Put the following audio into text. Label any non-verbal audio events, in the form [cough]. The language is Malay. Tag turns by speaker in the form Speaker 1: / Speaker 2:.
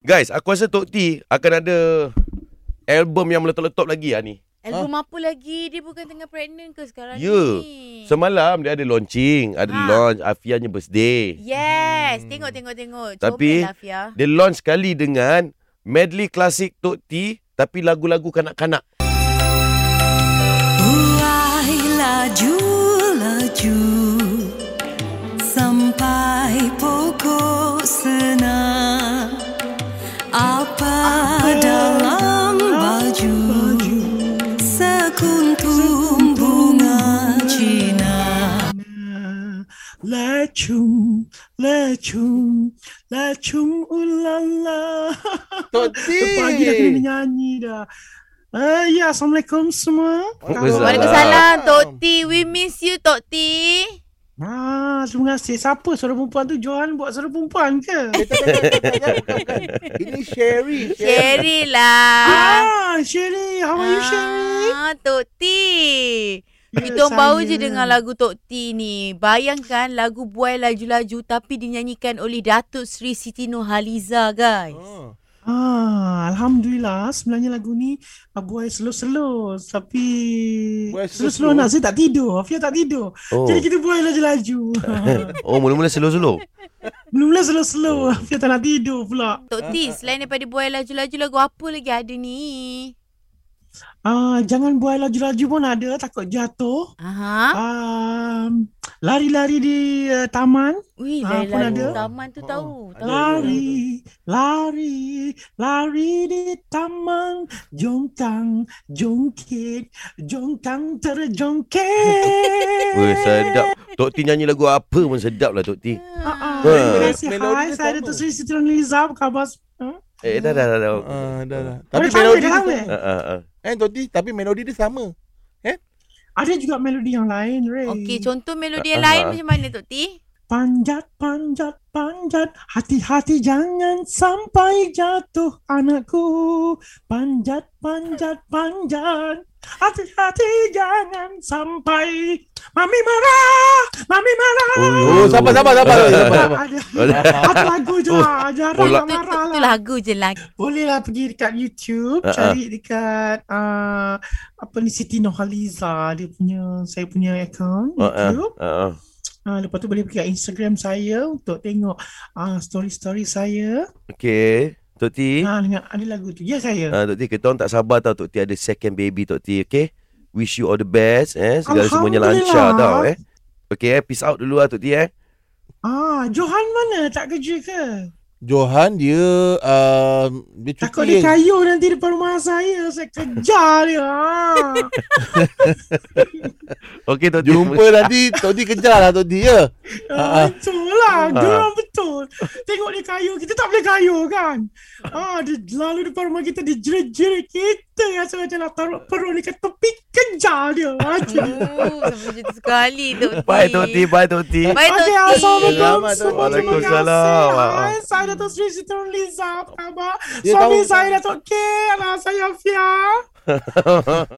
Speaker 1: Guys, aku rasa Tok T akan ada album yang meletup-letup lagi lah ni.
Speaker 2: Album apa lagi? Dia bukan tengah pregnant ke sekarang
Speaker 1: Ya.
Speaker 2: ni?
Speaker 1: Semalam dia ada launching, ada
Speaker 3: Ah.
Speaker 2: Ha.
Speaker 1: launch Afianya
Speaker 3: Ya,
Speaker 1: birthday.
Speaker 2: Yes, tengok tengok tengok.
Speaker 1: Hmm. Tapi-
Speaker 2: Cobalah
Speaker 3: lah,
Speaker 2: Fia.
Speaker 1: Dia launch sekali dengan medley klasik Tok T tapi lagu-lagu kanak-kanak.
Speaker 4: Buai laju laju sampai pokok senang apa, dalam baju, sekuntum bunga Cina.
Speaker 3: Lachum, lachum, lachum ulala. [laughs]
Speaker 5: Tok T.
Speaker 3: Pagi dah kena nyanyi dah. Uh, ya, Assalamualaikum semua.
Speaker 1: Waalaikumsalam.
Speaker 2: Waalaikumsalam Tok T. We miss you Tok T.
Speaker 3: Ah, terima kasih. Siapa suara perempuan tu? Johan buat suara perempuan ke?
Speaker 5: Ini Sherry.
Speaker 3: [laughs]
Speaker 2: Sherry lah.
Speaker 3: ah, Sherry. How are you, Sherry?
Speaker 2: Ah, Tok T.
Speaker 3: Ya,
Speaker 2: Kita baru
Speaker 3: saya.
Speaker 2: je dengar lagu Tok T ni. Bayangkan lagu Buai Laju-Laju tapi dinyanyikan oleh Datuk Seri Siti Nurhaliza guys.
Speaker 5: Oh.
Speaker 3: Ah, Alhamdulillah. Sebenarnya lagu ni ah, buai slow-slow. Tapi
Speaker 5: Buai slow-slow?
Speaker 3: slow-slow nak. Saya tak tidur. Afia tak tidur.
Speaker 1: Oh.
Speaker 3: Jadi
Speaker 1: [laughs]
Speaker 3: kita buai laju-laju.
Speaker 1: Oh, mula-mula slow-slow.
Speaker 3: Mula-mula slow-slow. Afia tak nak tidur pula.
Speaker 2: Tok
Speaker 3: ah,
Speaker 2: T, selain daripada Buai Laju-Laju lagu apa lagi ada ni?
Speaker 3: Ah, jangan buai laju-laju pun ada takut jatuh.
Speaker 2: Aha.
Speaker 5: Ah.
Speaker 3: Um, lari-lari di uh, taman.
Speaker 2: Wih,
Speaker 3: Ah,
Speaker 2: lain
Speaker 3: pun
Speaker 2: lain
Speaker 3: ada.
Speaker 2: taman tu
Speaker 5: Oh,
Speaker 2: tahu.
Speaker 5: ada.
Speaker 2: Tahu.
Speaker 3: Lari, lari, lari di taman. Jongkang, jongkit, jongkang
Speaker 1: [laughs]
Speaker 3: terjongkit.
Speaker 1: Weh, Oh, sedap. Tok T nyanyi lagu apa pun sedap lah Tok T.
Speaker 3: Ah,
Speaker 1: Eh,
Speaker 3: ah, terima kasih.
Speaker 5: melodi
Speaker 3: Hai,
Speaker 5: dia
Speaker 3: saya
Speaker 5: sama.
Speaker 3: Datuk Seri Siti Nurhaliza. Apa khabar? Huh?
Speaker 1: Eh, dah dah dah. dah. Oh.
Speaker 5: Ah, dah lah.
Speaker 3: Tapi
Speaker 5: Tapi
Speaker 3: sama,
Speaker 5: melodi
Speaker 3: dia
Speaker 5: dia
Speaker 3: sama.
Speaker 5: sama.
Speaker 1: Ah, ah, ah.
Speaker 5: Eh, Tok T, tapi melodi dia sama.
Speaker 3: Ada juga melodi yang lain, Ray.
Speaker 2: Okey, contoh
Speaker 1: Ah,
Speaker 2: melodi yang lain
Speaker 1: ah.
Speaker 2: macam mana Tok T?
Speaker 3: Panjat, panjat, panjat. Hati-hati jangan sampai jatuh anakku. Panjat, panjat, panjat. Hati-hati jangan sampai mami marah, mami marah.
Speaker 5: Oh,
Speaker 1: [laughs]
Speaker 5: sabar, sabar, sabar. sabar, sabar.
Speaker 3: [laughs] Ada, ada lagu je lah.
Speaker 1: Oh,
Speaker 3: Jarang
Speaker 1: la-
Speaker 3: nak
Speaker 2: Itu
Speaker 3: marah
Speaker 2: tu
Speaker 3: lah.
Speaker 2: lagu je lah.
Speaker 3: Boleh lah pergi dekat YouTube,
Speaker 1: Ah, ah.
Speaker 3: cari dekat uh, apa ni Siti Nohaliza dia punya saya punya account
Speaker 1: Ah, ah,
Speaker 3: YouTube.
Speaker 1: ah, ah.
Speaker 3: Uh, lepas tu boleh pergi kat Instagram saya untuk tengok uh, story-story saya.
Speaker 1: Okey. Tok T.
Speaker 3: Ha, dengan ada lagu tu. Ya
Speaker 1: Eh?
Speaker 3: saya.
Speaker 1: Ah, Tok T, kita orang tak sabar tau Tok T ada second baby Tok T, okey? Wish you all the best eh. Segala semuanya lancar
Speaker 3: Alhamdulillah.
Speaker 1: tau eh. Okey eh, peace out dulu lah Tok T eh.
Speaker 3: Ah, Johan mana? Tak kerja ke?
Speaker 5: Johan dia uh, dia cuti.
Speaker 3: Takut dia kayu nanti depan rumah saya. Saya kejar dia. Ah.
Speaker 1: [laughs] Okey Tok T.
Speaker 5: Jumpa nanti Tok T kejar lah Tok T ya. Ah, ah.
Speaker 3: Ah, betul lah.
Speaker 1: Ah.
Speaker 3: Geram betul. Tengok dia kayu. Kita tak boleh kayu kan? Ah, dia lalu depan rumah kita. Dia jerit-jerit kita. Rasa macam nak taruh perut ni kat tepi. Kejar dia.
Speaker 1: Ah.
Speaker 3: Ah, Aduh.
Speaker 2: Oh, macam tu sekali Tok T.
Speaker 1: Bye Tok T, bye Tok T.
Speaker 2: Bye Tok
Speaker 3: Okey,
Speaker 2: T.
Speaker 3: Assalamualaikum
Speaker 5: Selamat,
Speaker 3: semua. Terima kasih.
Speaker 1: Waalaikumsalam.
Speaker 3: Hai, saya Dato' Sri Siti tá Nurhaliza. Apa khabar?
Speaker 5: Dia
Speaker 3: Suami
Speaker 5: tahu.
Speaker 3: saya Dato' K. Anak saya Fia.